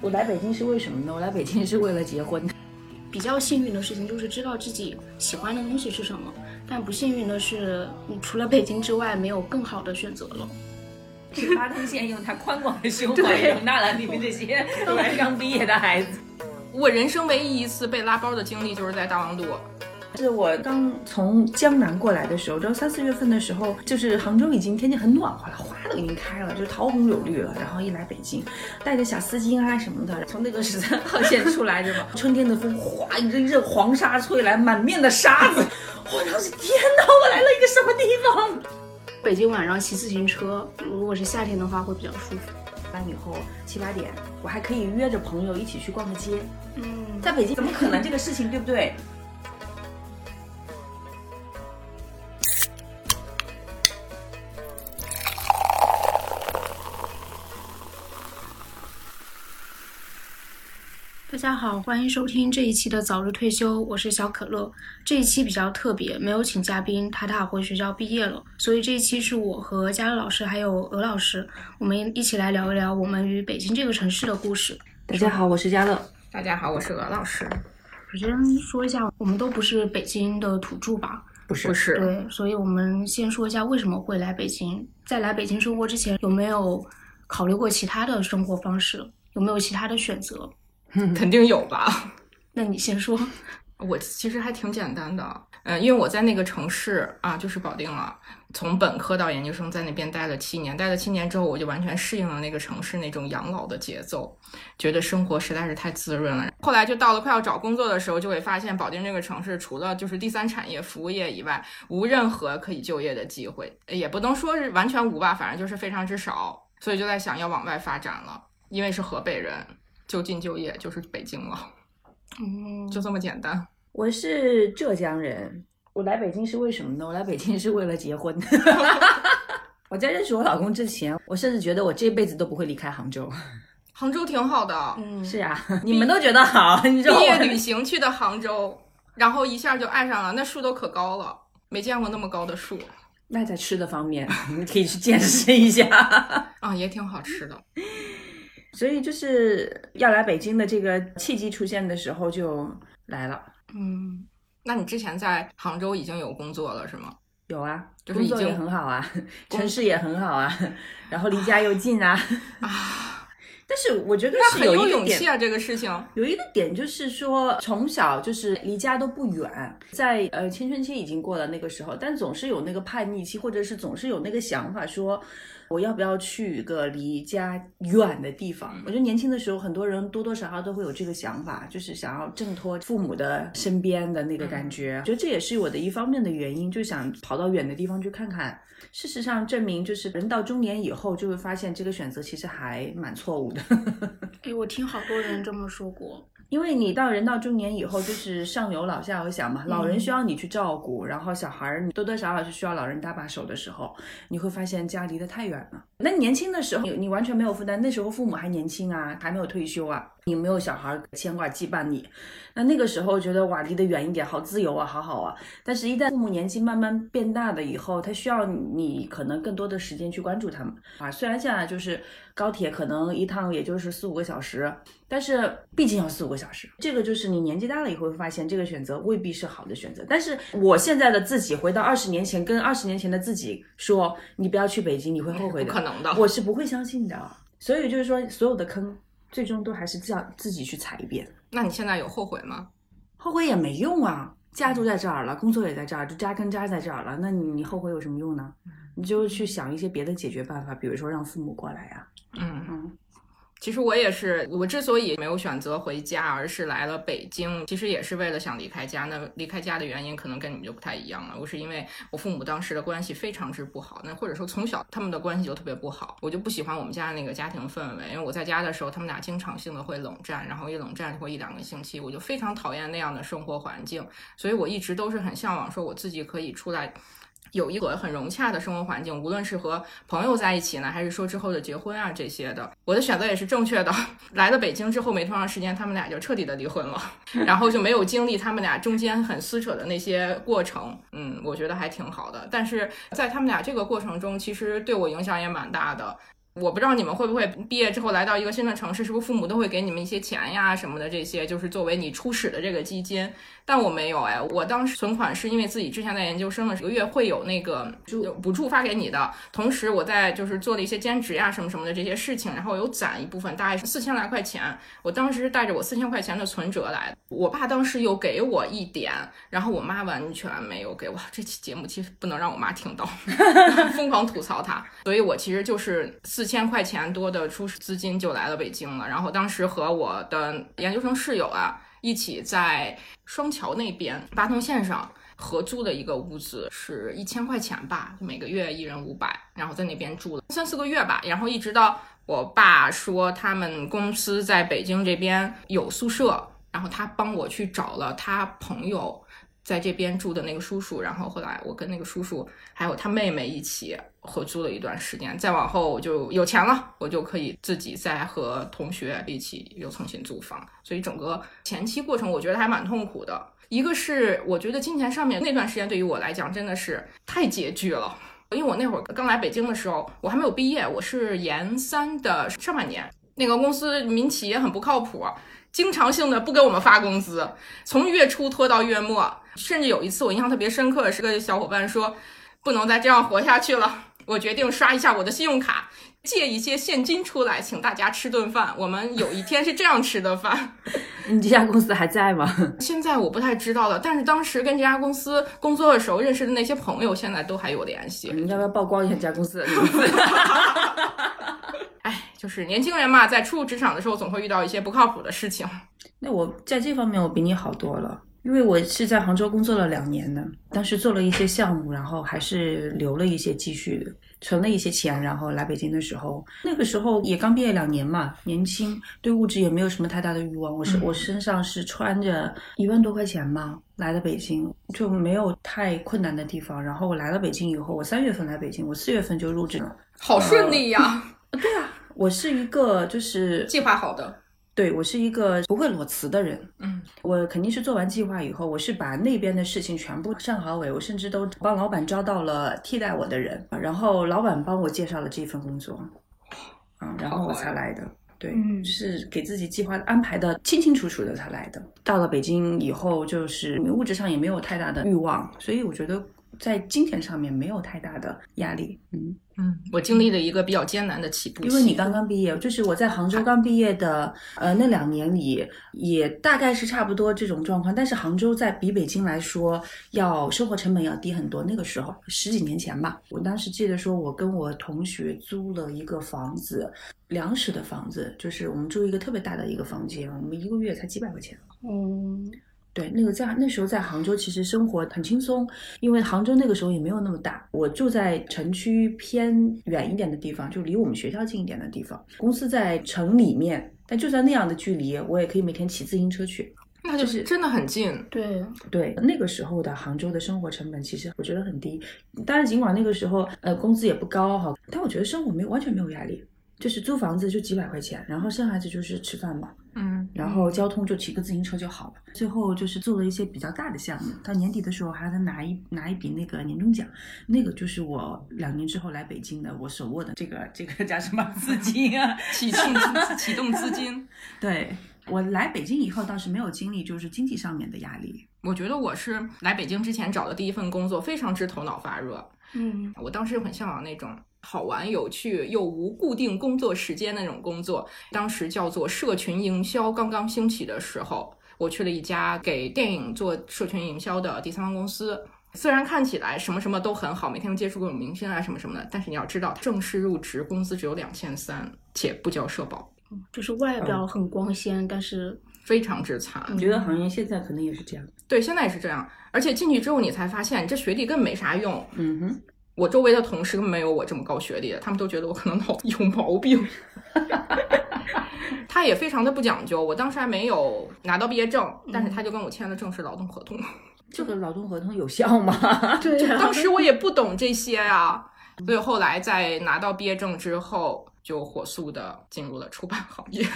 我来北京是为什么呢？我来北京是为了结婚。比较幸运的事情就是知道自己喜欢的东西是什么，但不幸运的是，你除了北京之外没有更好的选择了。十八通县用他宽广的 胸怀容纳了你们这些刚毕业的孩子。我人生唯一一次被拉包的经历就是在大望路。 是我刚从江南过来的时候，就三四月份的时候，就是杭州已经天气很暖和了，花都已经开了，就是桃红柳绿了。然后一来北京，带着小丝巾啊什么的，从那个十三号线出来是吧？ 春天的风哗一阵阵黄沙吹来，满面的沙子。 我当时天哪，我来了一个什么地方？北京晚上骑自行车，如果是夏天的话会比较舒服。完以后七八点，我还可以约着朋友一起去逛个街。嗯，在北京怎么可能这个事情，对不对？大家好，欢迎收听这一期的早日退休，我是小可乐。这一期比较特别，没有请嘉宾，塔塔回学校毕业了，所以这一期是我和嘉乐老师还有鹅老师，我们一起来聊一聊我们与北京这个城市的故事。大家好，我是嘉乐。大家好，我是鹅老师。首先说一下，我们都不是北京的土著吧？不是不是，对，所以我们先说一下为什么会来北京。在来北京生活之前，有没有考虑过其他的生活方式？有没有其他的选择？嗯肯定有吧？那你先说。我其实还挺简单的，嗯、因为我在那个城市啊，就是保定了，从本科到研究生在那边待了七年，待了七年之后，我就完全适应了那个城市那种养老的节奏，觉得生活实在是太滋润了。后来就到了快要找工作的时候，就会发现保定这个城市除了就是第三产业服务业以外，无任何可以就业的机会，也不能说是完全无吧，反正就是非常之少，所以就在想要往外发展了，因为是河北人，就近就业就是北京了， 嗯，就这么简单。我是浙江人，我来北京是为什么呢？我来北京是为了结婚。 我在认识我老公之前，我甚至觉得我这辈子都不会离开杭州。杭州挺好的，嗯，是啊，你们都觉得好，你知道毕业我旅行去的杭州，然后一下就爱上了，那树都可高了，没见过那么高的树那在吃的方面，你们可以去见识一下。 啊，也挺好吃的。所以就是要来北京的这个契机出现的时候就来了。嗯，那你之前在杭州已经有工作了是吗？有啊，就是工作已经也很好啊，工城市也很好啊，然后离家又近啊。但是我觉得那是很有有一个勇点气啊，这个事情。有一个点就是说，从小就是离家都不远，在呃青春期已经过了那个时候，但总是有那个叛逆期，或者是总是有那个想法说，我要不要去一个离家远的地方？我觉得年轻的时候，很多人多多少少都会有这个想法，就是想要挣脱父母的身边的那个感觉。我觉得这也是我的一方面的原因，就想跑到远的地方去看看。事实上，证明就是人到中年以后，就会发现这个选择其实还蛮错误的。哎，我听好多人这么说过。因为你到人到中年以后，就是上有老下有小嘛，老人需要你去照顾，然后小孩儿你多多少少是需要老人搭把手的时候，你会发现家离得太远了。那你年轻的时候，你你完全没有负担，那时候父母还年轻啊，还没有退休啊，你没有小孩儿牵挂羁绊你。那那个时候觉得哇，离得远一点，好自由啊，好好啊。但是，一旦父母年纪慢慢变大了以后，他需要你可能更多的时间去关注他们啊。虽然现在就是高铁可能一趟也就是四五个小时，但是毕竟要四五个小时，这个就是你年纪大了以后会发现这个选择未必是好的选择。但是我现在的自己回到二十年前，跟二十年前的自己说，你不要去北京，你会后悔不可的，能啊的，我是不会相信的。啊所以就是说，所有的坑最终都还是自自己去踩一遍。那你现在有后悔吗？后悔也没用啊，家都在这儿了，工作也在这儿，就扎根扎在这儿了，那你你后悔有什么用呢？你就去想一些别的解决办法，比如说让父母过来呀、嗯嗯。其实我也是，我之所以没有选择回家，而是来了北京，其实也是为了想离开家。那离开家的原因可能跟你们就不太一样了。我是因为我父母当时的关系非常之不好，那或者说从小他们的关系就特别不好，我就不喜欢我们家那个家庭氛围。因为我在家的时候，他们俩经常性的会冷战，然后一冷战就会一两个星期，我就非常讨厌那样的生活环境。所以我一直都是很向往，说我自己可以出来。有一个很融洽的生活环境，无论是和朋友在一起呢，还是说之后的结婚啊这些的，我的选择也是正确的。 来了北京之后没多长时间，他们俩就彻底的离婚了，然后就没有经历他们俩中间很撕扯的那些过程。嗯，我觉得还挺好的。但是在他们俩这个过程中，其实对我影响也蛮大的。我不知道你们会不会毕业之后来到一个新的城市，是不是父母都会给你们一些钱呀什么的，这些就是作为你初始的这个基金。但我没有哎，我当时存款是因为自己之前在研究生的时候，一个月会有那个就补助发给你的，同时我在就是做了一些兼职呀什么什么的这些事情，然后有攒一部分，大概四千来块钱。我当时是带着我四千块钱的存折来的，我爸当时有给我一点，然后我妈完全没有给我。这期节目其实不能让我妈听到， 疯狂吐槽她。所以我其实就是四千块钱多的初始资金就来了北京了，然后当时和我的研究生室友啊一起在双桥那边八通线上。合租的一个屋子是一千块钱吧，每个月一人五百，然后在那边住了三四个月吧，然后一直到我爸说他们公司在北京这边有宿舍，然后他帮我去找了他朋友在这边住的那个叔叔，然后后来我跟那个叔叔还有他妹妹一起合租了一段时间，再往后我就有钱了，我就可以自己再和同学一起又重新租房，所以整个前期过程我觉得还蛮痛苦的。一个是我觉得金钱上面那段时间对于我来讲真的是太拮据了，因为我那会儿刚来北京的时候，我还没有毕业，我是研三的上半年，那个公司民企也很不靠谱，啊经常性的不给我们发工资，从月初拖到月末，甚至有一次我印象特别深刻，是个小伙伴说不能再这样活下去了，我决定刷一下我的信用卡。借一些现金出来，请大家吃顿饭。我们有一天是这样吃的饭。嗯你这家公司还在吗？ 现在我不太知道了，但是当时跟这家公司工作的时候认识的那些朋友，现在都还有联系。你要不要曝光一下这家公司的名字？哎，就是年轻人嘛，在初入职场的时候，总会遇到一些不靠谱的事情。那我在这方面我比你好多了。因为我是在杭州工作了两年呢，当时做了一些项目，然后还是留了一些积蓄的，存了一些钱，然后来北京的时候，那个时候也刚毕业两年嘛，年轻，对物质也没有什么太大的欲望。我是我身上是穿着一万多块钱嘛，来的北京就没有太困难的地方。然后我来了北京以后，我三月份来北京，我四月份就入职了。好顺利呀、我是一个就是计划好的。对我是一个不会裸辞的人，嗯，我肯定是做完计划以后，我是把那边的事情全部上好尾，我甚至都帮老板招到了替代我的人，然后老板帮我介绍了这份工作，啊，然后我才来的。对，嗯就是给自己计划安排的清清楚楚的才来的。到了北京以后，就是物质上也没有太大的欲望，所以我觉得在金钱上面没有太大的压力。嗯，嗯，我经历了一个比较艰难的起步期，因为你刚刚毕业，就是我在杭州刚毕业的，呃，那两年里也大概是差不多这种状况。但是杭州在比北京来说，要生活成本要低很多。那个时候十几年前吧，我当时记得说，我跟我同学租了一个房子，两室的房子，就是我们住一个特别大的一个房间，我们一个月才几百块钱。嗯，对，那个在那时候在杭州其实生活很轻松，因为杭州那个时候也没有那么大。我住在城区偏远一点的地方，就离我们学校近一点的地方。公司在城里面，但就在那样的距离，我也可以每天骑自行车去。那就是真的很近。对，对，那个时候的杭州的生活成本其实我觉得很低，当然尽管那个时候呃工资也不高哈，但我觉得生活没有完全没有压力，就是租房子就几百块钱，然后剩下的就是吃饭嘛。嗯，然后交通就骑个自行车就好了。最后就是做了一些比较大的项目，到年底的时候还能拿一拿一笔那个年终奖，那个就是我两年之后来北京的我手握的这个这个叫什么资金啊？启动启动资金。 对我来北京以后倒是没有经历就是经济上面的压力，我觉得我是来北京之前找的第一份工作，非常之头脑发热。嗯，我当时很向往那种好玩、有趣又无固定工作时间那种工作，当时叫做社群营销刚刚兴起的时候，我去了一家给电影做社群营销的第三方公司。虽然看起来什么什么都很好，每天都接触各种明星啊什么什么的，但是你要知道，正式入职工资只有两千三，且不交社保，就是外表很光鲜，但是非常之惨。嗯我觉得行业现在可能也是这样。对，现在也是这样。而且进去之后，你才发现这学历根本没啥用。嗯哼，我周围的同事根本没有我这么高学历的，他们都觉得我可能脑子有毛病。 他也非常的不讲究，我当时还没有拿到毕业证，嗯但是他就跟我签了正式劳动合同。这个劳动合同有效吗？ 对啊当时我也不懂这些啊，所以后来在拿到毕业证之后，就火速的进入了出版行业，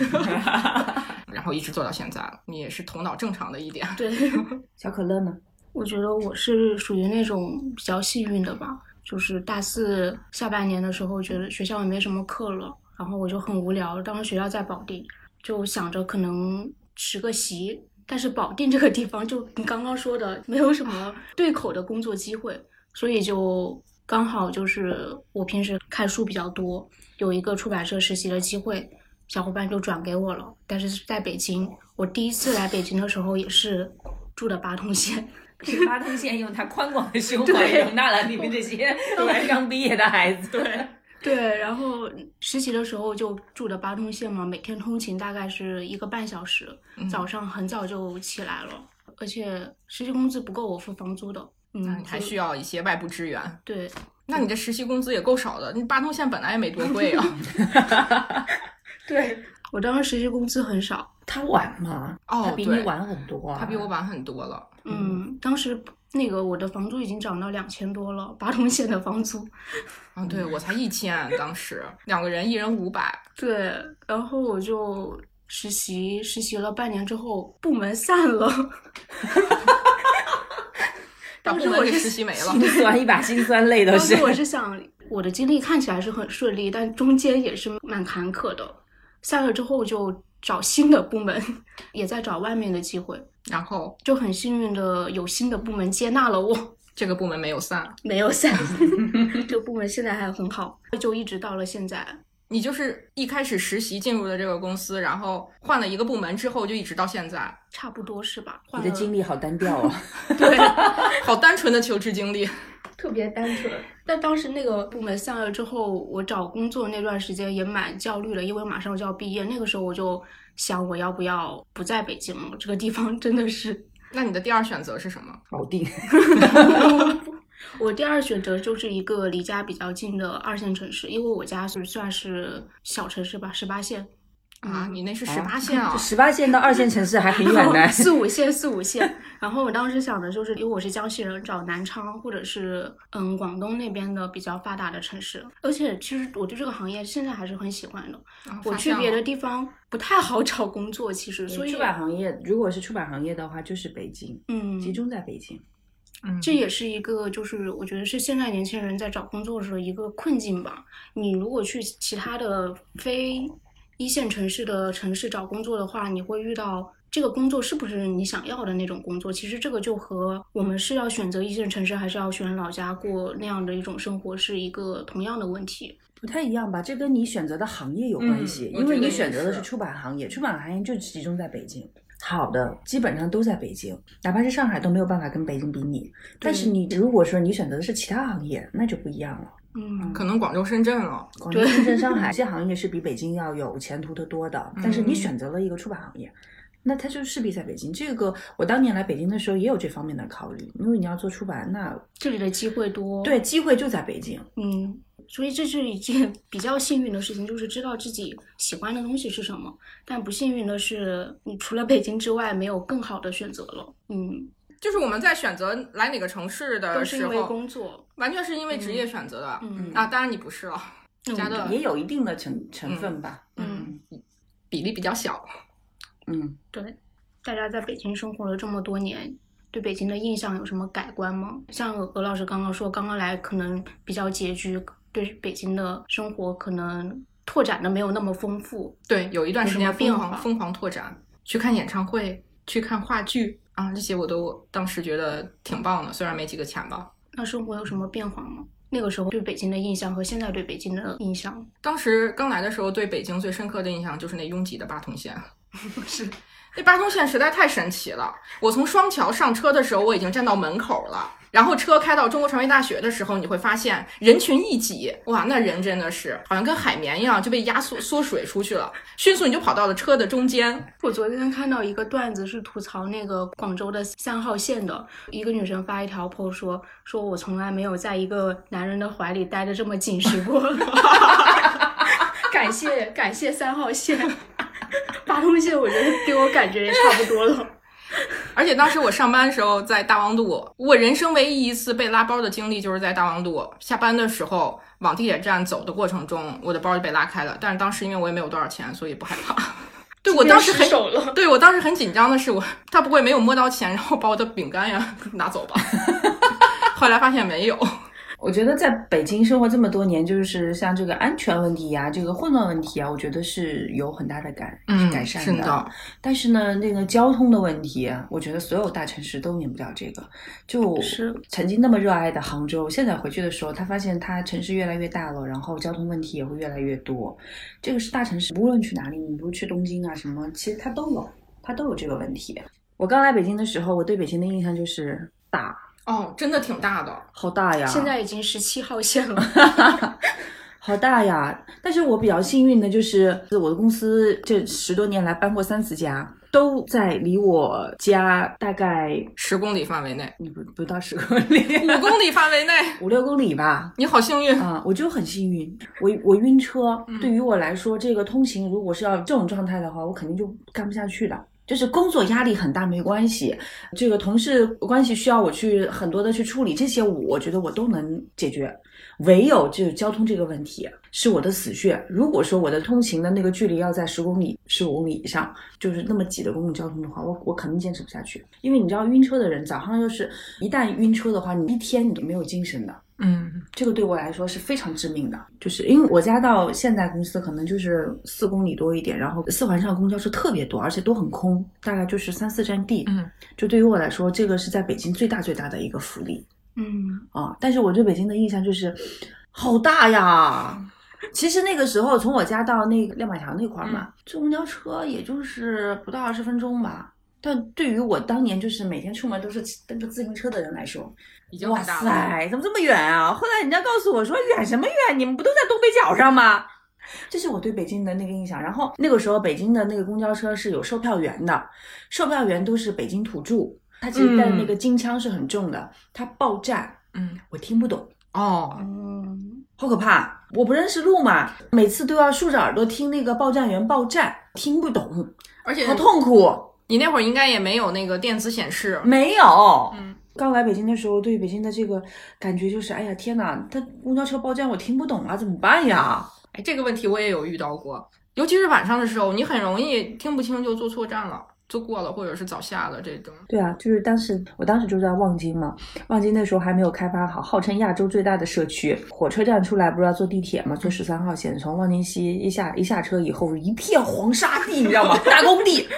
然后一直做到现在了。你也是头脑正常的一点， 对，小可乐呢？我觉得我是属于那种比较幸运的吧，就是大四下半年的时候，觉得学校也没什么课了，然后我就很无聊。当时学校在保定，就想着可能实个习，但是保定这个地方就你刚刚说的，没有什么对口的工作机会，所以就刚好就是我平时看书比较多，有一个出版社实习的机会，小伙伴就转给我了。但是在北京，我第一次来北京的时候也是住的八通县。这八通县用它宽广的胸怀容纳了你们这些刚毕业的孩子。对。对，然后实习的时候就住的八通县嘛，每天通勤大概是一个半小时，早上很早就起来了，而且实习工资不够我付房租的，嗯，还就需要一些外部支援。对，那你这实习工资也够少的，你八通线本来也没多贵啊。对我当时实习工资很少，他晚吗？ 哦他比你对晚很多啊。他比我晚很多了。嗯，当时那个我的房租已经涨到两千多了，八通县的房租，啊，对我才一千，啊当时两个人一人五百，对，然后我就实习，实习了半年之后，部门散了，把当部时门我给是实习 没了。心酸，一把辛酸泪都当时是。我是想，我的经历看起来是很顺利，但中间也是蛮坎坷的。散了之后就找新的部门，也在找外面的机会，然后就很幸运的有新的部门接纳了我，这个部门没有散，没有散。 这个部门现在还很好，就一直到了现在。你就是一开始实习进入的这个公司，然后换了一个部门之后，就一直到现 在，差不多是吧？ 你换的了经历好单调啊。对，好单纯的求职经历。特别单纯。但当时那个部门散了之后，我找工作那段时间也蛮焦虑的，因为马上就要毕业。那个时候我就想，我要不要不在北京了？这个地方真的是那你的第二选择是什么？保定，我第二选择就是一个离家比较近的二线城市，因为我家是算是小城市吧，十八线。啊，你那是十八线啊这，十八线到二线城市还很远呢 四五线，四五线。然后我当时想的就是，因为我是江西人，找南昌或者是嗯广东那边的比较发达的城市。而且其实我对这个行业现在还是很喜欢的，啊我发去现别了的地方不太好找工作，其实所以出版行业，如果是出版行业的话，就是北京，嗯，集中在北京。嗯这也是一个，就是我觉得是现在年轻人在找工作的时候一个困境吧。你如果去其他的非一线城市的城市找工作的话，你会遇到这个工作是不是你想要的那种工作？其实这个就和我们是要选择一线城市，还是要选老家过那样的一种生活是一个同样的问题。不太一样吧？这跟你选择的行业有关系，嗯因我为觉得你也选择的是是出版行业，出版行业就集中在北京。好的，基本上都在北京，哪怕是上海都没有办法跟北京比拟。但是你如果说你选择的是其他行业，那就不一样了。嗯，可能广州、深圳了。广州、深圳、上 海这些行业是比北京要有前途的多的，但是你嗯选择了一个出版行业，那它就势必在北京。这个我当年来北京的时候也有这方面的考虑，因为你要做出版，哦那这里的机会多。对机会就在北京。嗯，所以这是一件 比较幸运的事情，就是知道自己喜欢的东西是什么。但不幸运的是，你除了北京之外，没有更好的选择了。嗯，就是我们在选择来哪个城市都的是呃时因为候，工作。完全是因为职业选择的。嗯啊，当然你不是了，嗯加的也有一定的成成分吧。嗯，比例比较小。嗯，对，大家在北京生活了这么多年。对北京的印象有什么改观吗？像鹅老师刚刚说，刚刚来可能比较拮据，对北京的生活可能拓展的没有那么丰富。对，有一段时间有什么疯变化狂疯狂拓展，去看演唱会，去看话剧啊，这些我都当时觉得挺棒的，虽然没几个钱吧。那生活有什么变化吗？那个时候对北京的印象和现在对北京的印象，当时刚来的时候，对北京最深刻的印象就是那拥挤的八通线。是那八通线实在太神奇了。我从双桥上车的时候，我已经站到门口了。然后车开到中国传媒大学的时候，你会发现人群一挤，哇，那人真的是好像跟海绵一样就被压缩缩水出去了，迅速你就跑到了车的中间。我昨天看到一个段子，是吐槽那个广州的三号线的一个女生发一条 po 说，说我从来没有在一个男人的怀里待的这么紧实过。 感谢感谢三号线，八通线我觉得给我感觉也差不多了。而且当时我上班的时候在大望路，我人生唯一一次被拉包的经历就是在大望路下班的时候往地铁站走的过程中，我的包就被拉开了。但是当时因为我也没有多少钱，所以不害怕。 对我当时很手了，对我当时很紧张的是我，他不会 没有摸到钱，然后把我的饼干呀拿走吧？后来发现没有，我觉得在北京生活这么多年，就是像这个安全问题啊，这个混乱问题啊，我觉得是有很大的改、嗯，改善是的，但是呢，那个交通的问题啊，我觉得所有大城市都免不了这个。就是曾经那么热爱的杭州，现在回去的时候，他发现他城市越来越大了，然后交通问题也会越来越多。这个是大城市，无论去哪里，你不去东京啊什么，其实它都有，它都有这个问题。我刚来北京的时候，我对北京的印象就是大，哦，真的挺大的，好大啊呀！现在已经十七号线了。 好大呀！但是我比较幸运的就是，我的公司这十多年来搬过三次家，都在离我家大概嗯十公里范围内，不不到十公 里，五公里范围内，五六公里吧。你好幸运。啊、我就很幸运，我我晕车嗯，对于我来说，这个通勤如果是要这种状态的话，我肯定就干不下去的。就是工作压力很大没关系，这个同事关系需要我去很多的去处理，这些我觉得我都能解决。唯有就是交通这个问题是我的死穴。如果说我的通勤的那个距离要在十公里、十五公里以上，就是那么挤的公共交通的话，我我肯定坚持不下去。因为你知道，晕车的人早上就是一旦晕车的话，你一天你都没有精神的。嗯，这个对我来说是非常致命的，就是因为我家到现在公司可能就是四公里多一点，然后四环上公交车特别多，而且都很空，大概就是三四站地。嗯，就对于我来说，这个是在北京最大最大的一个福利嗯，啊。但是我对北京的印象就是，好大呀。其实那个时候从我家到那个亮马桥那块儿嘛，坐公交车也就是不到二十分钟吧。但对于我当年就是每天出门都是骑蹬着自行车的人来说，已经哇很大了。塞，怎么这么远啊？后来人家告诉我说远什么远，你们不都在东北角上吗？这是我对北京的那个印象。然后那个时候北京的那个公交车是有售票员的，售票员都是北京土著，他其实带的那个京腔是很重的，他报站嗯，我听不懂。 哦，好可怕！我不认识路嘛，每次都要竖着耳朵听那个报站员报站，听不懂，而且好痛苦。你那会儿应该也没有那个电子显示。没有，嗯，刚来北京的时候，对北京的这个感觉就是，哎呀，天哪，它公交车报站我听不懂啊，怎么办呀？哎，这个问题我也有遇到过，尤其是晚上的时候，你很容易听不清就坐错站了，坐过了或者是早下了这种。对啊，就是当时我当时就在望京嘛，望京那时候还没有开发好，号称亚洲最大的社区。火车站出来不是要坐地铁嘛，坐十三号线，从望京西一下一下车以后，一片黄沙地，你知道吗？ 大工地。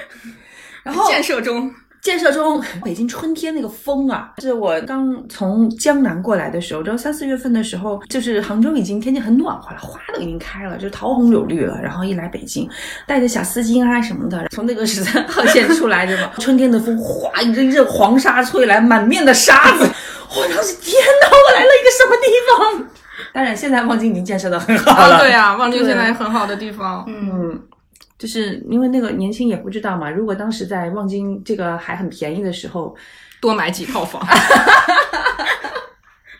然后建设中，建设中，北京春天那个风啊，是我刚从江南过来的时候，然后三四月份的时候，就是杭州已经天气很暖和了，花都已经开了，就是桃红柳绿了。然后一来北京，带着小丝巾啊什么的，从那个十三号线出来，对吧？ 春天的风哗一阵阵黄沙吹来，满面的沙子，我当时天哪，我来了一个什么地方？ 当然，现在望京已经建设的很 好了，啊，对啊，望京对现在很好的地方，嗯，就是因为那个年轻也不知道嘛，如果当时在望京这个还很便宜的时候，多买几套房，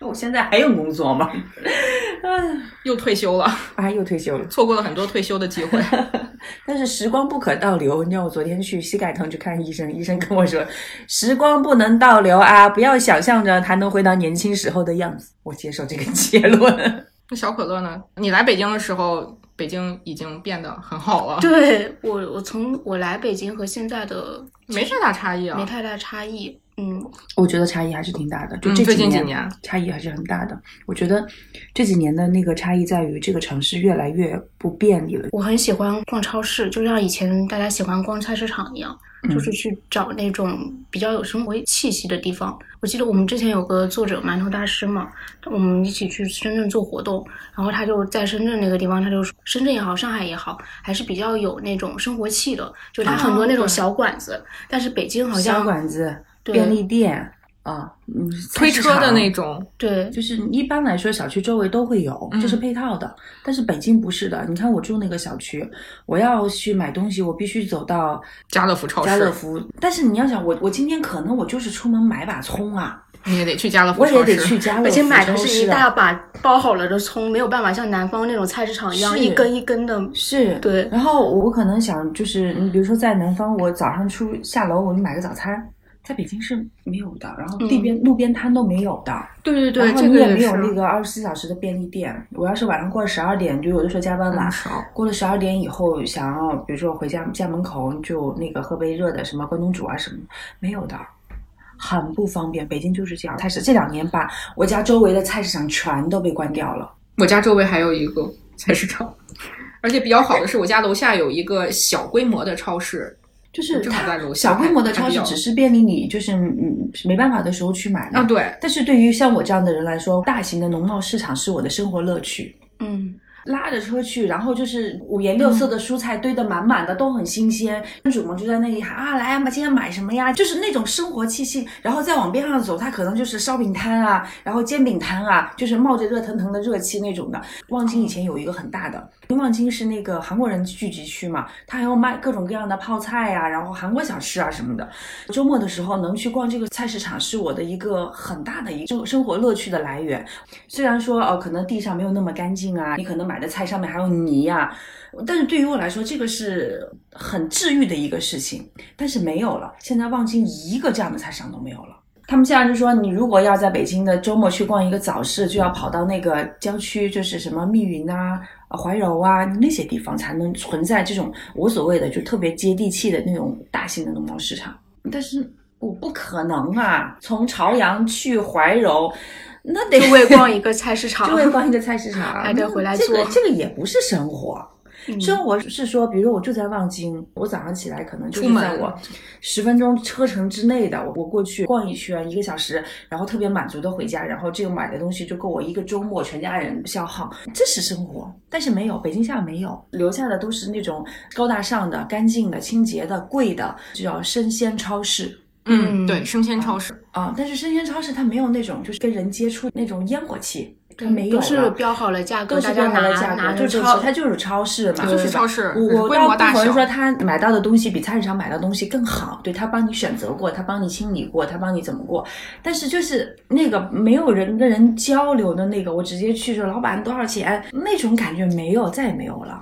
我现在还有工作吗？又退休了，啊，又退休了。错过了很多退休的机 会。但是时光不可倒流，你知道我昨天去膝盖疼去看医生，医生跟我说，时光不能倒流啊，不要想象着它能回到年轻时候的样子。我接受这个结论。那小可乐呢？你来北京的时候，北京已经变得很好了，对我，我从我来北京和现在的没太大差异啊没。太大差异。嗯，我觉得差异还是挺大的，就嗯这最几近年,、几年差异还是很大的。我觉得这几年的那个差异在于这个城市越来越不便利了。我很喜欢逛超市，就像以前大家喜欢逛菜市场一样，嗯就是去找那种比较有生活气息的地方。我记得我们之前有个作者馒头大师嘛，我们一起去深圳做活动，然后他就在深圳那个地方，他就说深圳也好，上海也好，还是比较有那种生活气的，就它很多那种小馆子。但是北京好哦小像馆子、对便利店啊，嗯，推车的种。那种，对就是一般来说，小区周围都会有，嗯这是配套的。但是北京不是的，你看我住那个小区，我要去买东西，我必须走到家乐福超市家乐福。但是你要想，我我今天可能我就是出门买把葱啊，你也得去家乐福我也超得市。去家乐福、而超且买的是一市啊大把包好了的葱，没有办法像南方那种菜市场一样是一根一根的。是，对然后我可能想，就是你比如说在南方，我早上出下楼我就买个早餐，在北京是没有的，然后地边、路边摊都没有的，对对然对，后这你个也也没是有那个二十四小时的便利店。我要是晚上过了十二点，就有的时候加班晚很，嗯少。过了十二点以后，想要比如说回家家门口就那个喝杯热的，什么关东煮啊什么，没有的。很不方便。北京就是这样，它是这两年把我家周围的菜市场全都被关掉了。我家周围还有一个 菜市场，而且比较好的是，我家楼下有一个小规模的超市，就是正好在楼它下小规模的还超还比市较只是便利你，就是嗯没办法的时候去买嘛啊，对，但是对于像我这样的人来说，大型的农贸市场是我的生活乐趣。嗯，拉着车去，然后就是五颜六色的蔬菜堆得满满的，都很新鲜。女主们就在那里喊啊，来呀、啊，今天买什么呀？就是那种生活气息。然后再往边上走，它可能就是烧饼摊啊，然后煎饼摊啊，就是冒着热腾腾的热气那种的。望京以前有一个很大的，因为望京是那个韩国人聚集区嘛，它还有卖各种各样的泡菜呀、然后韩国小吃啊什么的。周末的时候能去逛这个菜市场，是我的一个很大的一个生活乐趣的来源。虽然说哦，可能地上没有那么干净啊，你可能买的菜上面还有泥呀、但是对于我来说，这个是很治愈的一个事情。但是没有了，现在望京一个这样的菜市场都没有了。他们现在就说，你如果要在北京的周末去逛一个早市，就要跑到那个郊区，就是什么密云啊、呃怀柔啊那些地方，才能存在这种我所谓的就特别接地气的那种大型的农贸市场。但是我不可能啊，从朝阳去怀柔，那得就为逛一个菜市 场，就会逛一个菜市场，还得哎回来这个做这个也不是生活，嗯生活是说，比如我就在望京，我早上起来可能就出是门在我十分钟车程之内的，我我过去逛一圈一个小时，然后特别满足的回家，然后这个买的东西就够我一个周末全家人消耗，这是生活。但是没有，北京现在没有，留下的都是那种高大上的、干净的、清洁的、贵的，这叫生鲜超市。嗯，对，生鲜超市，啊、但是生鲜超市它没有那种就是跟人接触那种烟火气，它对没有都是了标好了价格，都大是家标好拿的价拿格，着就就超走它就是超市嘛，就是吧超市我我规模倒大不否认小说他买到的东西比菜市场买到的东西更好，对他帮你选择过，他帮你清理过，他帮你怎么过。但是就是那个没有人跟人交流的那个，我直接去说老板多少钱那种感觉没有，再也没有了。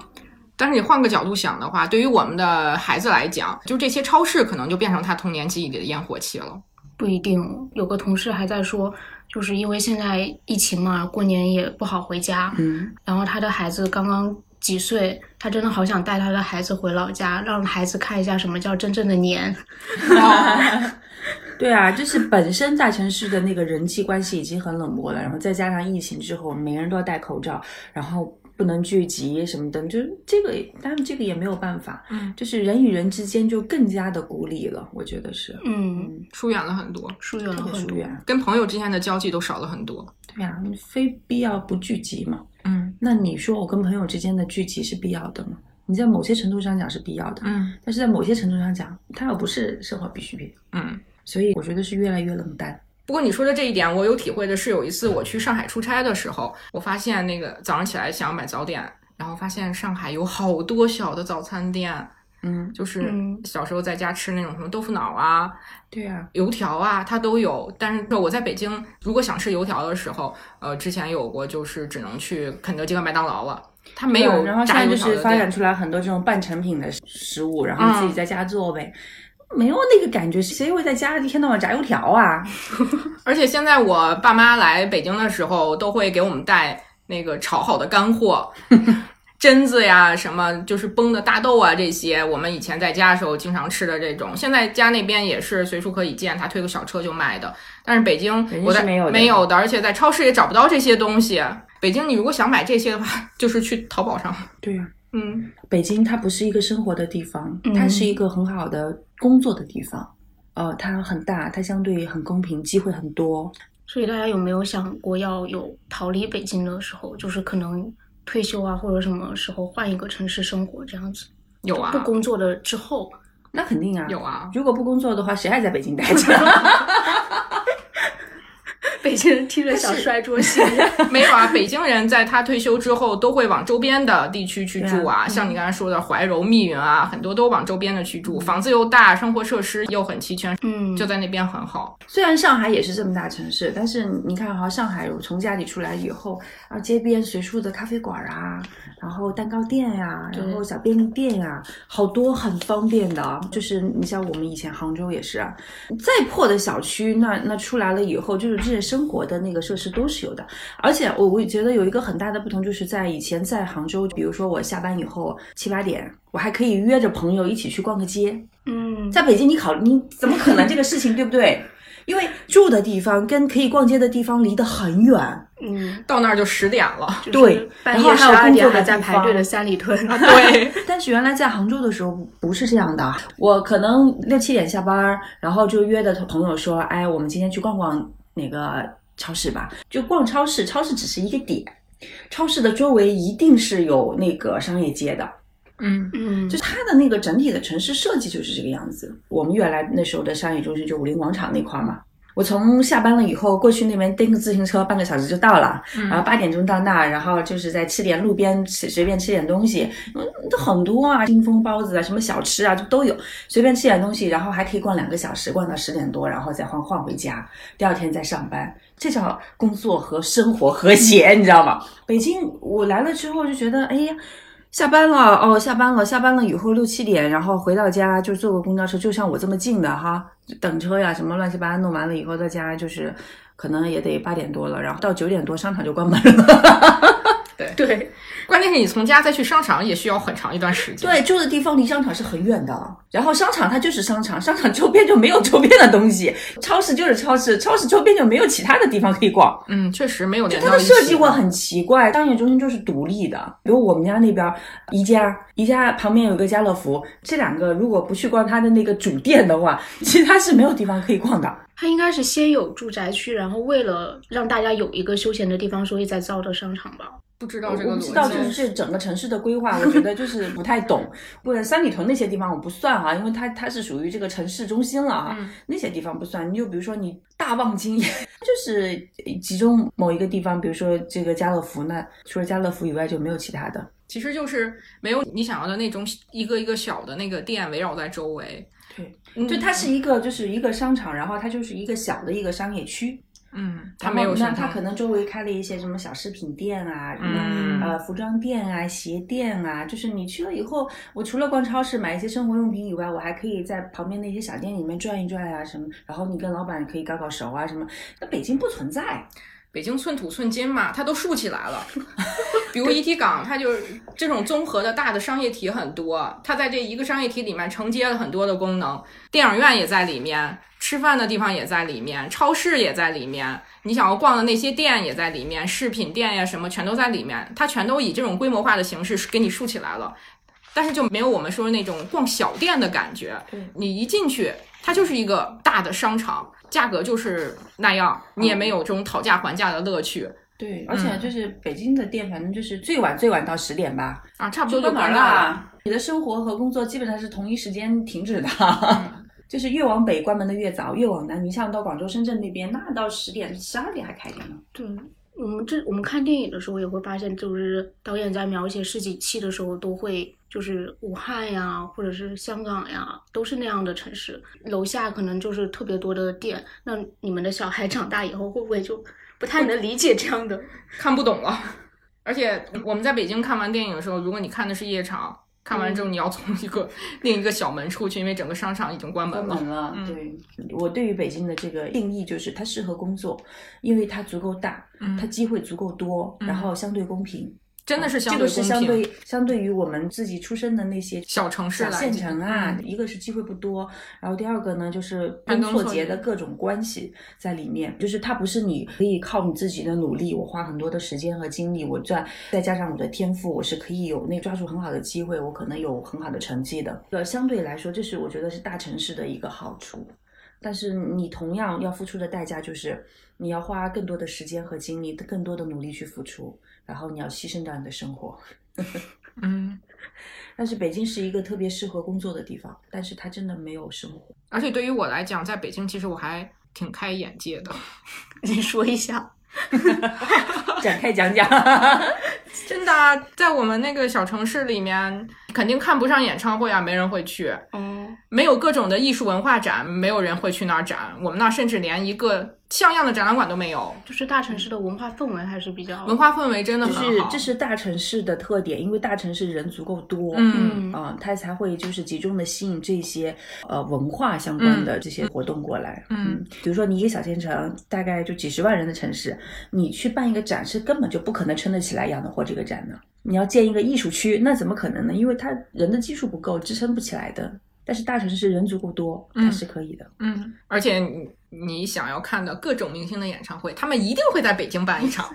但是你换个角度想的话，对于我们的孩子来讲，就这些超市可能就变成他童年记忆里的烟火气了。不一定。有个同事还在说，就是因为现在疫情嘛，过年也不好回家，嗯，然后他的孩子刚刚几岁，他真的好想带他的孩子回老家，让孩子看一下什么叫真正的年。 对啊，就是本身大城市的那个人际关系已经很冷漠了，然后再加上疫情之后，每个人都要戴口罩，然后不能聚集什么的，就是这个，但是这个也没有办法，嗯，就是人与人之间就更加的孤立了，我觉得是，嗯，疏远了很多，疏远特了别很疏多。远，跟朋友之间的交际都少了很多。对啊，你非必要不聚集嘛。嗯那你说我跟朋友之间的聚集是必要的吗？你在某些程度上讲是必要的，嗯但是在某些程度上讲，它又不是生活必需品，嗯。所以我觉得是越来越冷淡。不过你说的这一点，我有体会的是，有一次我去上海出差的时候，我发现那个早上起来想买早点，然后发现上海有好多小的早餐店，嗯，就是嗯小时候在家吃那种什么豆腐脑啊、对啊，油条啊，它都有。但是我在北京，如果想吃油条的时候，呃，之前有过就是只能去肯德基和麦当劳了，它没对有啊然后现炸在油就条是的嗯发展店。出来很多这种半成品的食物，然后你自己在家做呗。没有那个感觉，谁会在家一天到晚炸油条啊？而且现在我爸妈来北京的时候，都会给我们带那个炒好的 干货。榛子呀，什么就是崩的大豆啊，这些我们以前在家的时候经常吃的这种，现在家那边也是随处可以见，他推个小车就卖的。但是北京北京我在是没有的没有的，而且在超市也找不到这些东西。北京你如果想买这些的话，就是去淘宝上。对呀、嗯，北京它不是一个生活的地方，嗯它是一个很好的工作的地方。呃，它很大，它相对很公平，机会很多。所以大家有没有想过要有逃离北京的时候，就是可能退休啊，或者什么时候换一个城市生活这样子？有啊不，工作的之后，那肯定啊，有啊，如果不工作的话，谁还在北京待着？ 北京人踢着小摔桌 戏。 没有啊。北京人在他退休之后，都会往周边的地区去住对嗯啊，像你刚才说的怀柔、密云啊，很多都往周边的去住，房子又大，生活设施又很齐全，嗯，就在那边很好。虽然上海也是这么大城市，但是你看哈，上海我从家里出来以后，啊，街边随处的咖啡馆啊，然后蛋糕店呀、对然后小便利店呀、好多很方便的啊。就是你像我们以前杭州也是啊，再破的小区，那那出来了以后，就是这些生活的那个设施都是有的。而且我我觉得有一个很大的不同，就是在以前在杭州，比如说我下班以后七八点，我还可以约着朋友一起去逛个街。嗯，在北京，你考你怎么可能这个事情，对不对？因为住的地方跟可以逛街的地方离得很远，嗯，到那儿就十点 了。就是对半夜然后还十有二工点作的还在地排队方的三里屯， 对，但是原来在杭州的时候不是这样的，我可能六七点下班，然后就约的朋友说，哎，我们今天去逛逛哪个超市吧，就逛超市，超市只是一个点，超市的周围一定是有那个商业街的， 嗯，嗯，就它的那个整体的城市设计就是这个样子。我们原来那时候的商业中心就武林广场那块儿嘛。我从下班了以后过去那边蹬个自行车，半个小时就到了。然后八点钟到那儿，然后就是在吃点路边吃随便吃点东西，嗯，都很多啊，金丰包子啊，什么小吃啊，就都有，随便吃点东西，然后还可以逛两个小时，逛到十点多，然后再换换回家，第二天再上班，这叫工作和生活和谐，你知道吗？北京我来了之后就觉得，哎呀。下班了哦，下班了，下班了以后六七点，然后回到家就坐个公交车，就像我这么近的哈，等车呀什么乱七八糟弄完了以后，到家就是可能也得八点多了，然后到九点多商场就关门了。对，关键是你从家再去商场也需要很长一段时间。对，住的地方离商场是很远的，然后商场它就是商场，商场周边就没有周边的东西，超市就是超市，超市周边就没有其他的地方可以逛。嗯，确实没有就连它到的一起。设计会很奇怪，商业中心就是独立的。比如我们家那边儿宜家，宜家旁边有一个家乐福，这两个如果不去逛它的那个主店的话， 其他是没有地方可以逛的。它应该是先有住宅区，然后为了让大家有一个休闲的地方，所以才造的商场吧。不知我道这个我不逻辑知道，就是这整个城市的规划，我觉得就是不太懂。 不然三里屯那些地方我不算啊，因为它它是属于这个城市中心了啊，嗯那些地方不算。你就比如说你大望京， 就是集中某一个地方，比如说这个家乐福那，除了家乐福以外就没有其他的。其实就是没有你想要的那种一个一个小的那个店围绕在周围。对，嗯就它是一个就是一个商场，然后它就是一个小的一个商业区，嗯，它然没后有那商它场可能周围开了一些什么小饰品店啊，什么、嗯呃服装店啊、鞋店啊，就是你去了以后，我除了逛超市买一些生活用品以外，我还可以在旁边那些小店里面转一转啊什么，然后你跟老板可以搞搞熟啊什么。那北京不存在，北京寸土寸金嘛，它都竖起来了。比如一体港，它就是这种综合的大的商业体很多，它在这一个商业体里面承接了很多的功能，电影院也在里面，吃饭的地方也在里面，超市也在里面，你想要逛的那些店也在里面，饰品店呀什么全都在里面，它全都以这种规模化的形式给你竖起来了。但是就没有我们说那种逛小店的感觉对，你一进去，它就是一个大的商场，价格就是那样，你也没有这种讨价还价的乐趣对，而嗯且就是北京的店，反正就是最晚最晚到十点吧，啊，差不多就就关完门了。了。你的生活和工作基本上是同一时间停止的。嗯就是越往北关门的越早，越往南，你像到广州、深圳那边，那到十点、十二点还开着呢。对，我们这我们看电影的时候也会发现，就是导演在描写市井气的时候，都会就是武汉呀，或者是香港呀，都是那样的城市，楼下可能就是特别多的店。那你们的小孩长大以后，会不会就不太能理解这样的？ 看不懂了。而且我们在北京看完电影的时候，如果你看的是夜场，看完之后你要从一个另一个小门出去，因为整个商场已经关门嗯关了。门了。嗯对，我对于北京的这个定义就是它适合工作，因为它足够大，嗯它机会足够多，嗯然后相对公平。真的是相这对个是公相平。对相对于我们自己出身的那些小城市小来县讲城啊，嗯一个是机会不多，然后第二个呢就是攀跟登错错节节的各种关系在里面，就是它不是你可以靠你自己的努力，我花很多的时间和精力，我赚再加上我的天赋，我是可以有那抓住很好的机会，我可能有很好的成绩的。呃，相对来说，这是我觉得是大城市的一个好处。但是你同样要付出的代价就是，你要花更多的时间和精力，更多的努力去付出，然后你要牺牲掉你的生活。嗯，但是北京是一个特别适合工作的地方，但是它真的没有生 活。而且对于我来讲，在北京其实我还挺开眼界的。你说一下。展开讲 讲，真的啊，在我们那个小城市里面，肯定看不上演唱会啊，没人会去。哦，没有各种的艺术文化展，没有人会去那儿展。我们那儿甚至连一个像样的展览馆都没有，就是大城市的文化氛围还是比较文，化氛围真的就很是好。这是大城市的特点，因为大城市人足够多，嗯，嗯，啊、它才会就是集中的吸引这些呃文化相关的这些活动过来。嗯，比如说你一个小县城，大概就几十万人的城市，你去办一个展是根本就不可能撑得起来养得活这个展的。你要建一个艺术区，那怎么可能呢？因为它人的基数不够，支撑不起来的。但是大城市人足够多，嗯它是可以的。嗯，而且你你想要看的各种明星的演唱会，他们一定会在北京办一 场。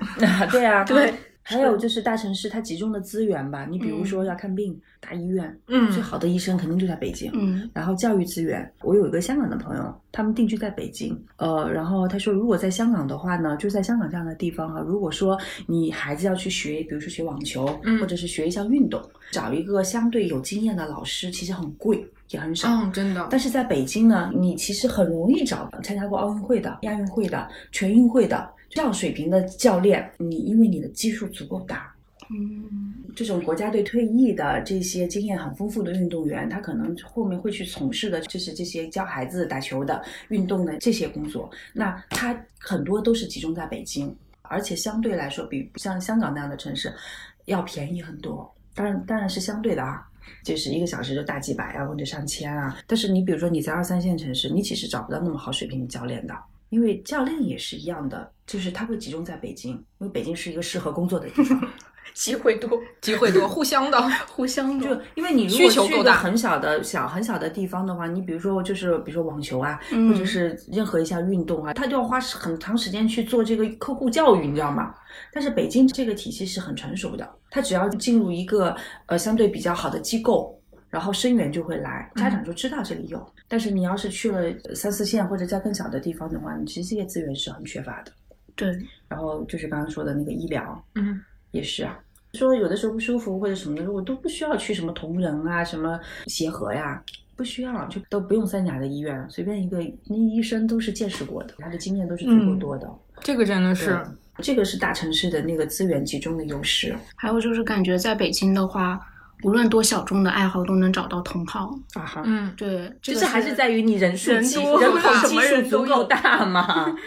对啊，对。还有就是大城市它集中的资源吧，你比如说要看病，大医院，嗯最好的医生肯定就在北京。嗯，然后教育资源，我有一个香港的朋友，他们定居在北京，呃，然后他说，如果在香港的话呢，就在香港这样的地方啊，如果说你孩子要去学，比如说学网球，嗯或者是学一项运动，找一个相对有经验的老师，其实很贵，也很少。嗯，真的。但是在北京呢，你其实很容易找参加过奥运会的、亚运会的、全运会的这样水平的教练。你因为你的基数足够大，嗯，这种国家队退役的这些经验很丰富的运动员，他可能后面会去从事的就是这些教孩子打球的、运动的这些工作。那他很多都是集中在北京，而且相对来说比像香港那样的城市要便宜很多。当然，当然是相对的啊，就是一个小时就大几百啊，或者上千啊。但是你比如说你在二三线城市，你其实找不到那么好水平的教练的，因为教练也是一样的，就是他会集中在北京，因为北京是一个适合工作的地方。机会多，机会多，互相的。 互相就的，因为你如需果求去够一个大很小的小很小的地方的话，你比如说就是比如说网球啊，嗯或者是任何一项运动啊，他就要花很长时间去做这个客户教育，你知道吗？但是北京这个体系是很成熟的，他只要进入一个呃相对比较好的机构。然后生源就会来，家嗯长就知道这里有。但是你要是去了三四线或者在更小的地方的话，你其实这些资源是很缺乏的。对，然后就是刚刚说的那个医疗，嗯，也是啊。说有的时候不舒服或者什么的，我都不需要去什么同仁啊、什么协和呀、不需要，就都不用三甲的医院，随便一个那医生都是见识过的，他的经验都是足够多的。这个真的是对，这个是大城市的那个资源集中的优势还有就是感觉在北京的话，无论多小众的爱好都能找到同好。啊哈。嗯，对，这就个是还是在于你人数人基多人口什基么数人足都有够大嘛。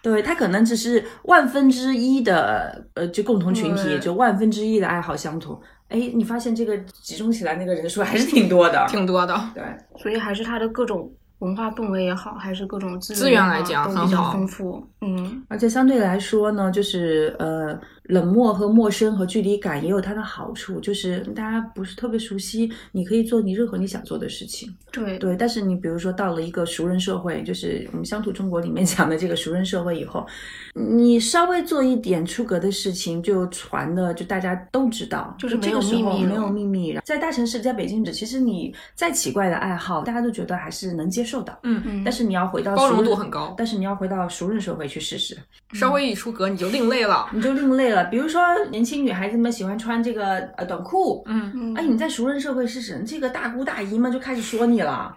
对他可能只是万分之一的呃，就共同群体，对就万分之一的爱好相同。哎，你发现这个集中起来那个人数还是挺多的，挺多的。对。所以还是它的各种文化氛围也好，还是各种资资源也好来讲都比很较好丰富。嗯，而且相对来说呢，就是呃，冷漠和陌生和距离感也有它的好处，就是大家不是特别熟悉，你可以做你任何你想做的事情。对，对，但是你比如说到了一个熟人社会，就是我们乡土中国里面 讲的这个熟人社会以后，你稍微做一点出格的事情，就传的就大家都知道，就是这个没有时秘候密没有了秘密。在大城市，在北京，其实你再奇怪的爱好，大家都觉得还是能接受的。嗯，嗯，但是你要回到包容熟人度很高但是你要回到熟人社会去试试。稍微一出格你就另类了。你就另类了。比如说，年轻女孩子们喜欢穿这个呃短裤，嗯，嗯哎，你在熟人社会试试，这个大姑大姨们就开始说你 了，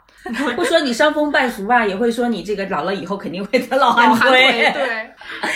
会说你伤风败俗啊，也会说你这个老了以后肯定会得老老寒 韩灰。哦对。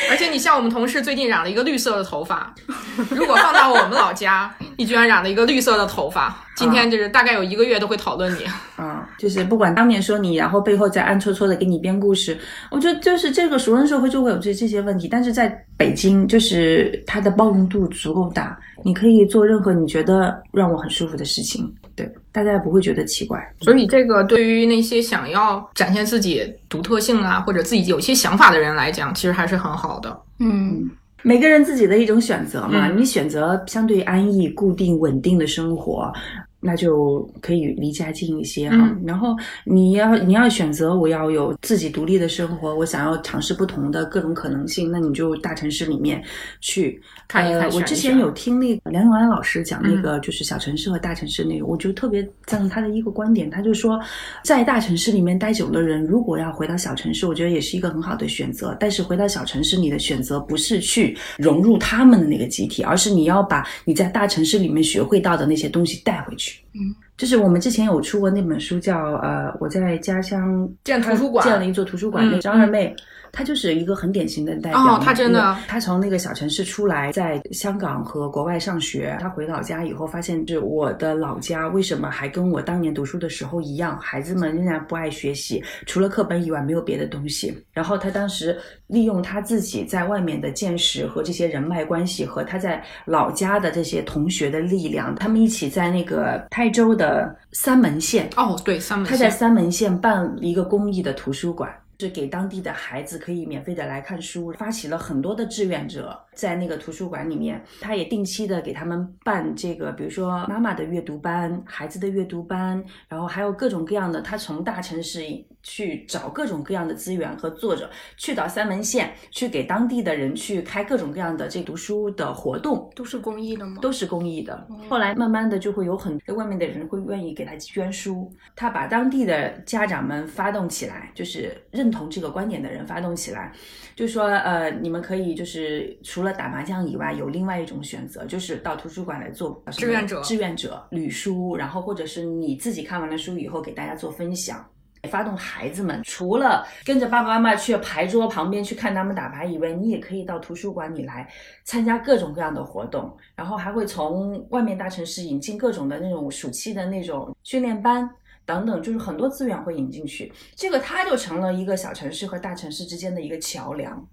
而且你像我们同事最近染了一个绿色的头发， 如果放到我们老家， 你居然染了一个绿色的头发，今天就是大概有一个月都会讨论你。啊，就是不管当面说你，然后背后再暗戳戳的给你编故事，我觉得就是这个熟人社会就会有这这些问题。但是在北京，就是它的包容度足够大，你可以做任何你觉得让我很舒服的事情，对，大家也不会觉得奇怪。 所以这个对于那些想要展现自己独特性啊，或者自己有些想法的人来讲，其实还是很好的。嗯，每个人自己的一种选择嘛，嗯你选择相对安逸、固定、稳定的生活，那就可以离家近一些哈。嗯然后你要你要选择，我要有自己独立的生活，我想要尝试不同的各种可能性，那你就大城市里面去看一看呃选我一之选前有听那个梁永安老师讲嗯那个就是小城市和大城市那个，我就特别赞同他的一个观点，他就说，在大城市里面待久的人，如果要回到小城市，我觉得也是一个很好的选择。但是回到小城市，你的选择不是去融入他们的那个集体，而是你要把你在大城市里面学会到的那些东西带回去。嗯，就是我们之前有出过那本书叫呃，我在家乡建图书馆建了一座图书馆，嗯那张二妹。她就是一个很典型的代表哦嘛，她真的因为他从那个小城市出来，在香港和国外上学。他回老家以后，发现这我的老家为什么还跟我当年读书的时候一样，孩子们仍然不爱学习，除了课本以外没有别的东西。然后他当时利用他自己在外面的见识和这些人脉关系，和他在老家的这些同学的力量，他们一起在那个台州的三门县哦，对，三门他在线，三门县办了一个公益的图书馆，是给当地的孩子可以免费的来看书，发起了很多的志愿者。在那个图书馆里面，他也定期的给他们办这个，比如说妈妈的阅读班、孩子的阅读班，然后还有各种各样的，他从大城市去找各种各样的资源和作者，去到三门县去给当地的人去开各种各样的这读书的活动，都是公益的吗？都是公益的。嗯后来慢慢的就会有很多外面的人会愿意给他捐书，他把当地的家长们发动起来，就是认同这个观点的人发动起来，就说呃，你们可以就是除了打麻将以外，有另外一种选择，就是到图书馆来做志愿者志愿者捋书，然后或者是你自己看完了书以后给大家做分享。发动孩子们，除了跟着爸爸妈妈去牌桌旁边去看他们打牌以外，你也可以到图书馆里来参加各种各样的活动，然后还会从外面大城市引进各种的那种暑期的那种训练班等等，就是很多资源会引进去。这个它就成了一个小城市和大城市之间的一个桥梁。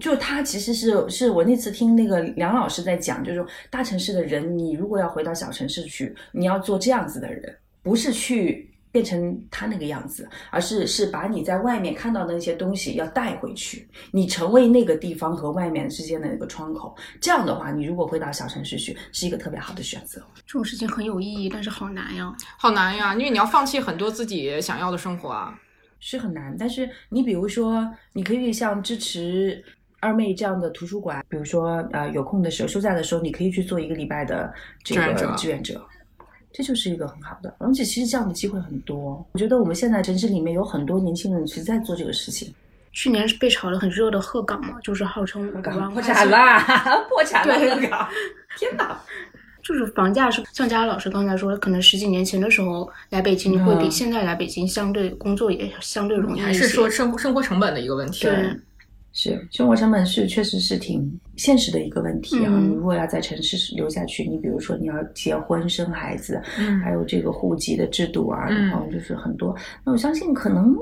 就它其实是是我那次听那个梁老师在讲，就是说大城市的人，你如果要回到小城市去，你要做这样子的人，不是去变成他那个样子，而是是把你在外面看到的那些东西要带回去，你成为那个地方和外面之间的一个窗口。这样的话，你如果回到小城市去，是一个特别好的选择。这种事情很有意义，但是好难呀。好难呀，因为你要放弃很多自己想要的生活啊。是很难。但是你比如说，你可以像支持二妹这样的图书馆，比如说呃有空的时候、休假的时候，你可以去做一个礼拜的这志个愿者志愿者。这就是一个很好的，而且其实这样的机会很多。我觉得我们现在城市里面有很多年轻人其实在做这个事情。去年是被炒得很热的鹤岗嘛，就是号称五万破块产钱，啦， 破产了，对香港！天哪！就是房价是像佳老师刚才说，的，可能十几年前的时候来北京会比嗯现在来北京相对工作也相对容易一些。还是说生生活成本的一个问题。嗯对，是生活成本是确实是挺现实的一个问题啊。嗯你如果要在城市留下去，你比如说你要结婚生孩子，嗯还有这个户籍的制度啊，嗯然后就是很多。那我相信可能，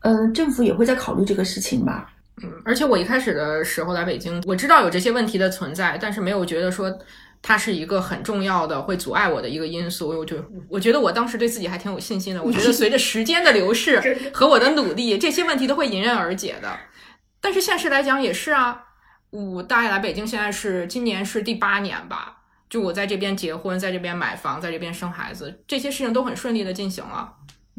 呃，政府也会在考虑这个事情吧。嗯而且我一开始的时候来北京，我知道有这些问题的存在，但是没有觉得说它是一个很重要的会阻碍我的一个因素。我就我觉得我当时对自己还挺有信心的。我觉得随着时间的流逝和我的努力，这些问题都会迎刃而解的。但是现实来讲也是啊，我大概来北京现在是今年是第八年吧。就我在这边结婚，在这边买房，在这边生孩子，这些事情都很顺利的进行了。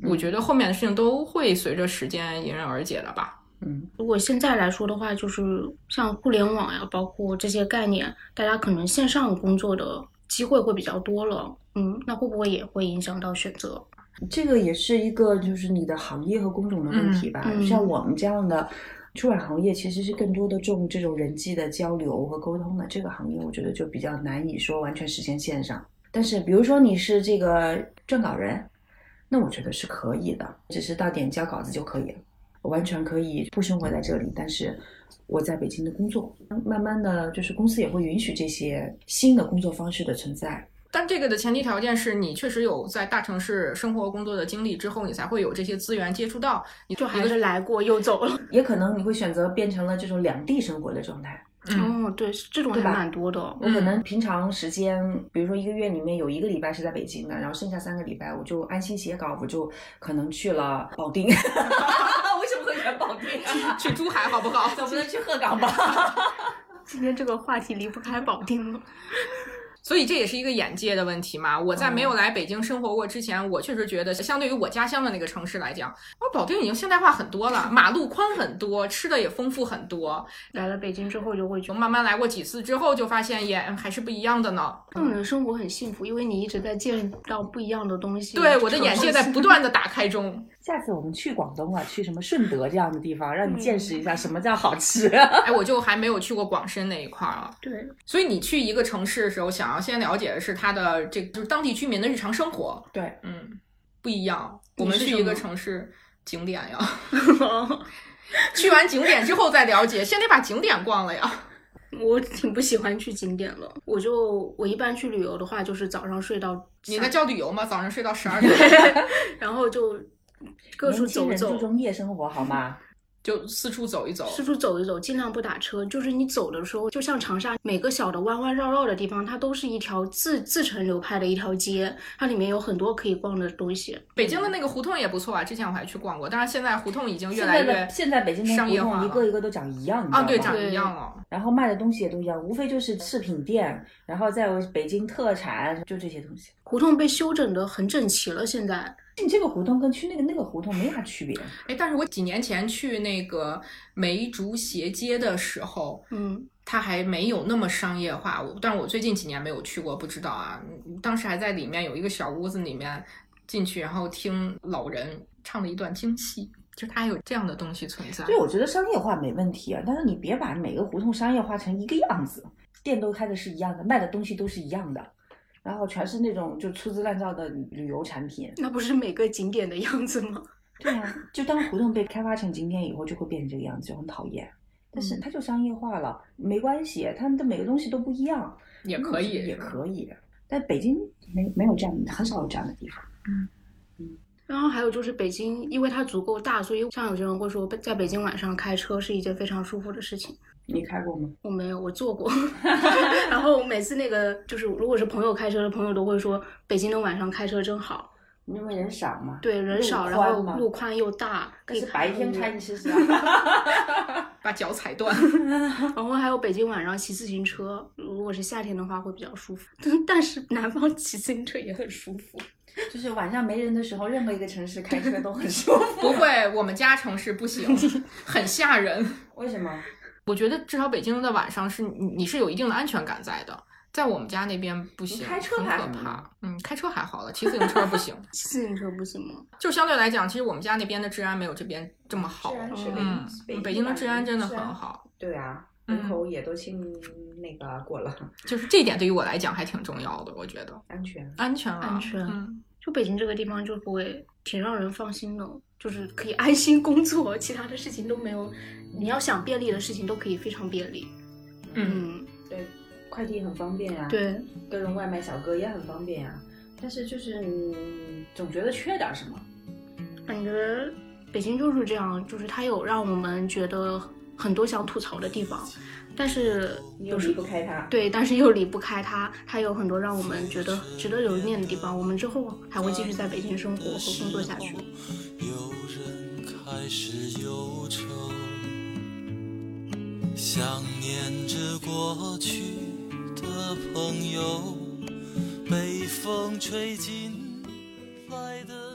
我觉得后面的事情都会随着时间迎刃而解的吧。嗯，如果现在来说的话，就是像互联网呀，包括这些概念，大家可能线上工作的机会会比较多了。嗯，那会不会也会影响到选择？这个也是一个就是你的行业和工种的问题吧。嗯嗯像我们这样的出版行业，其实是更多的重这种人际的交流和沟通的。这个行业我觉得就比较难以说完全实现线上。但是比如说你是这个撰稿人，那我觉得是可以的，只是到点交稿子就可以了。我完全可以不生活在这里，但是我在北京的工作，慢慢的就是公司也会允许这些新的工作方式的存在。但这个的前提条件是你确实有在大城市生活工作的经历之后，你才会有这些资源接触到。你就还是来过又走了。也可能你会选择变成了这种两地生活的状态。嗯 哦，对，这种还对吧蛮多的。哦我可能平常时间，比如说一个月里面有一个礼拜是在北京的，然后剩下三个礼拜我就安心写稿，我就可能去了保定。 为什么会选保定啊？去珠海好 不好？总不能去鹤岗吧？今天这个话题离不开保定了。所以这也是一个眼界的问题嘛。我在没哦有来北京生活过之前，我确实觉得，相对于我家乡的那个城市来讲，哦，保定已经现代化很多了，马路宽很多，吃的也丰富很多。 来了北京之后就会觉就得，慢慢来过几次之后，就发现也嗯还是不一样的呢。那你的生活很幸福，因为你一直在见到不一样的东西。对，我的眼界在不断的打 开中。 下次我们去广东啊，去什么顺德这样的地方，让你见识一下什么叫好吃。哎，我就还没有去过广深那一块儿啊。对， 所以你去一个城市的时候，想要先了解的是它的这就是当地居民的日常生活， 对，嗯，不一样。你我们是去什一个么城市景点呀， 去完景点之后再了解，先得把景点逛了呀。我挺不喜欢去景点了。我就我一般去旅游的话，就是早上睡到你下那叫旅游吗？早 上睡到十二点，然后就各处年轻走人注走。 重夜生活好吗？就四处走一走。四处走一走，尽量不打车。就是你走的时候，就像长沙每个小的弯弯绕绕的地方，它都是一条自自成流派的一条街，它里面有很多可以逛的东西。北京的那个胡同也不错啊，之前我还去逛过，但是现在胡同已经越现来在越的现在北京的商胡业化同了一个一个都长一样，你知道啊，吗？对，长对一样了。然后卖的东西也都一样，无非就是饰品店，然后再有北京特产，就这些东西。胡同被修整的很整齐了，现在你这个胡同跟去那个那个胡同没啥区别，哎，但是我几年前去那个梅竹斜街的时候，嗯，它还没有那么商业化。我，但是我最近几年没有去过，不知道啊。嗯当时还在里面有一个小屋子里面进去，然后听老人唱了一段京戏，就它还有这样的东西存在。对，我觉得商业化没问题啊，但是你别把每个胡同商业化成一个样子，店都开的是一样的，卖的东西都是一样的，然后全是那种就粗制滥造的旅游产品。那不是每个景点的样子吗？对啊，就当胡同被开发成景点以后，就会变成这个样子，就很讨厌。但是它就商业化了，没关系，他们的每个东西都不一样，也可以，也可以。但北京没没有这样的，很少有这样的地方。然后还有就是北京，因为它足够大，所以像有些人会说，在北京晚上开车是一件非常舒服的事情。你开过吗？我没有，我坐过。 然后每次那个就是，如果是朋友开车的朋友都会说，北京的晚上开车真好，因为人少嘛。对，人少，路然宽后嘛路宽又大，可但以是白天很开远你。试试 啊。把脚踩断。 嗯然后还有北京晚上骑自行车，如果是夏天的话会比较舒服， 但但是南方骑自行车也很舒服。就是晚上没人的时候，任何一个城市开车都 很舒服。不会，我们家城市不 行，很吓人。为什 么？我觉得至少北京的晚上是你你是有一定的安全感在的，在我们家那边不你行，开车很还可好怕呢。嗯，开车还好了，骑自行车不行。 骑自行车不行吗？就相对来讲，其实我们家那边的治安没有这边这么好。是嗯，北京的治安真的很。好，对啊，嗯人口也都清那个过了，就是这一点对于我来讲还挺重要的，我觉得安全。安全了，安全嗯，就北京这个地方就不会挺让人放心的，就是可以安心工作，其他的事情都没有。你要想便利的事情都可以非常便利。嗯，嗯，对，快递很方便呀、，啊对，各种外卖小哥也很方便呀、但是就是、嗯、总觉得缺点什么。感觉北京就是这样，就是它有让我们觉得很多想吐槽的地方，但是你有又时离不开它。对，但是又离不开它，它有很多让我们觉得值得留念的地方。我们之后还会继续在北京生活和工作下去。有人开始忧愁，想念着过去的朋友，被风吹进来的。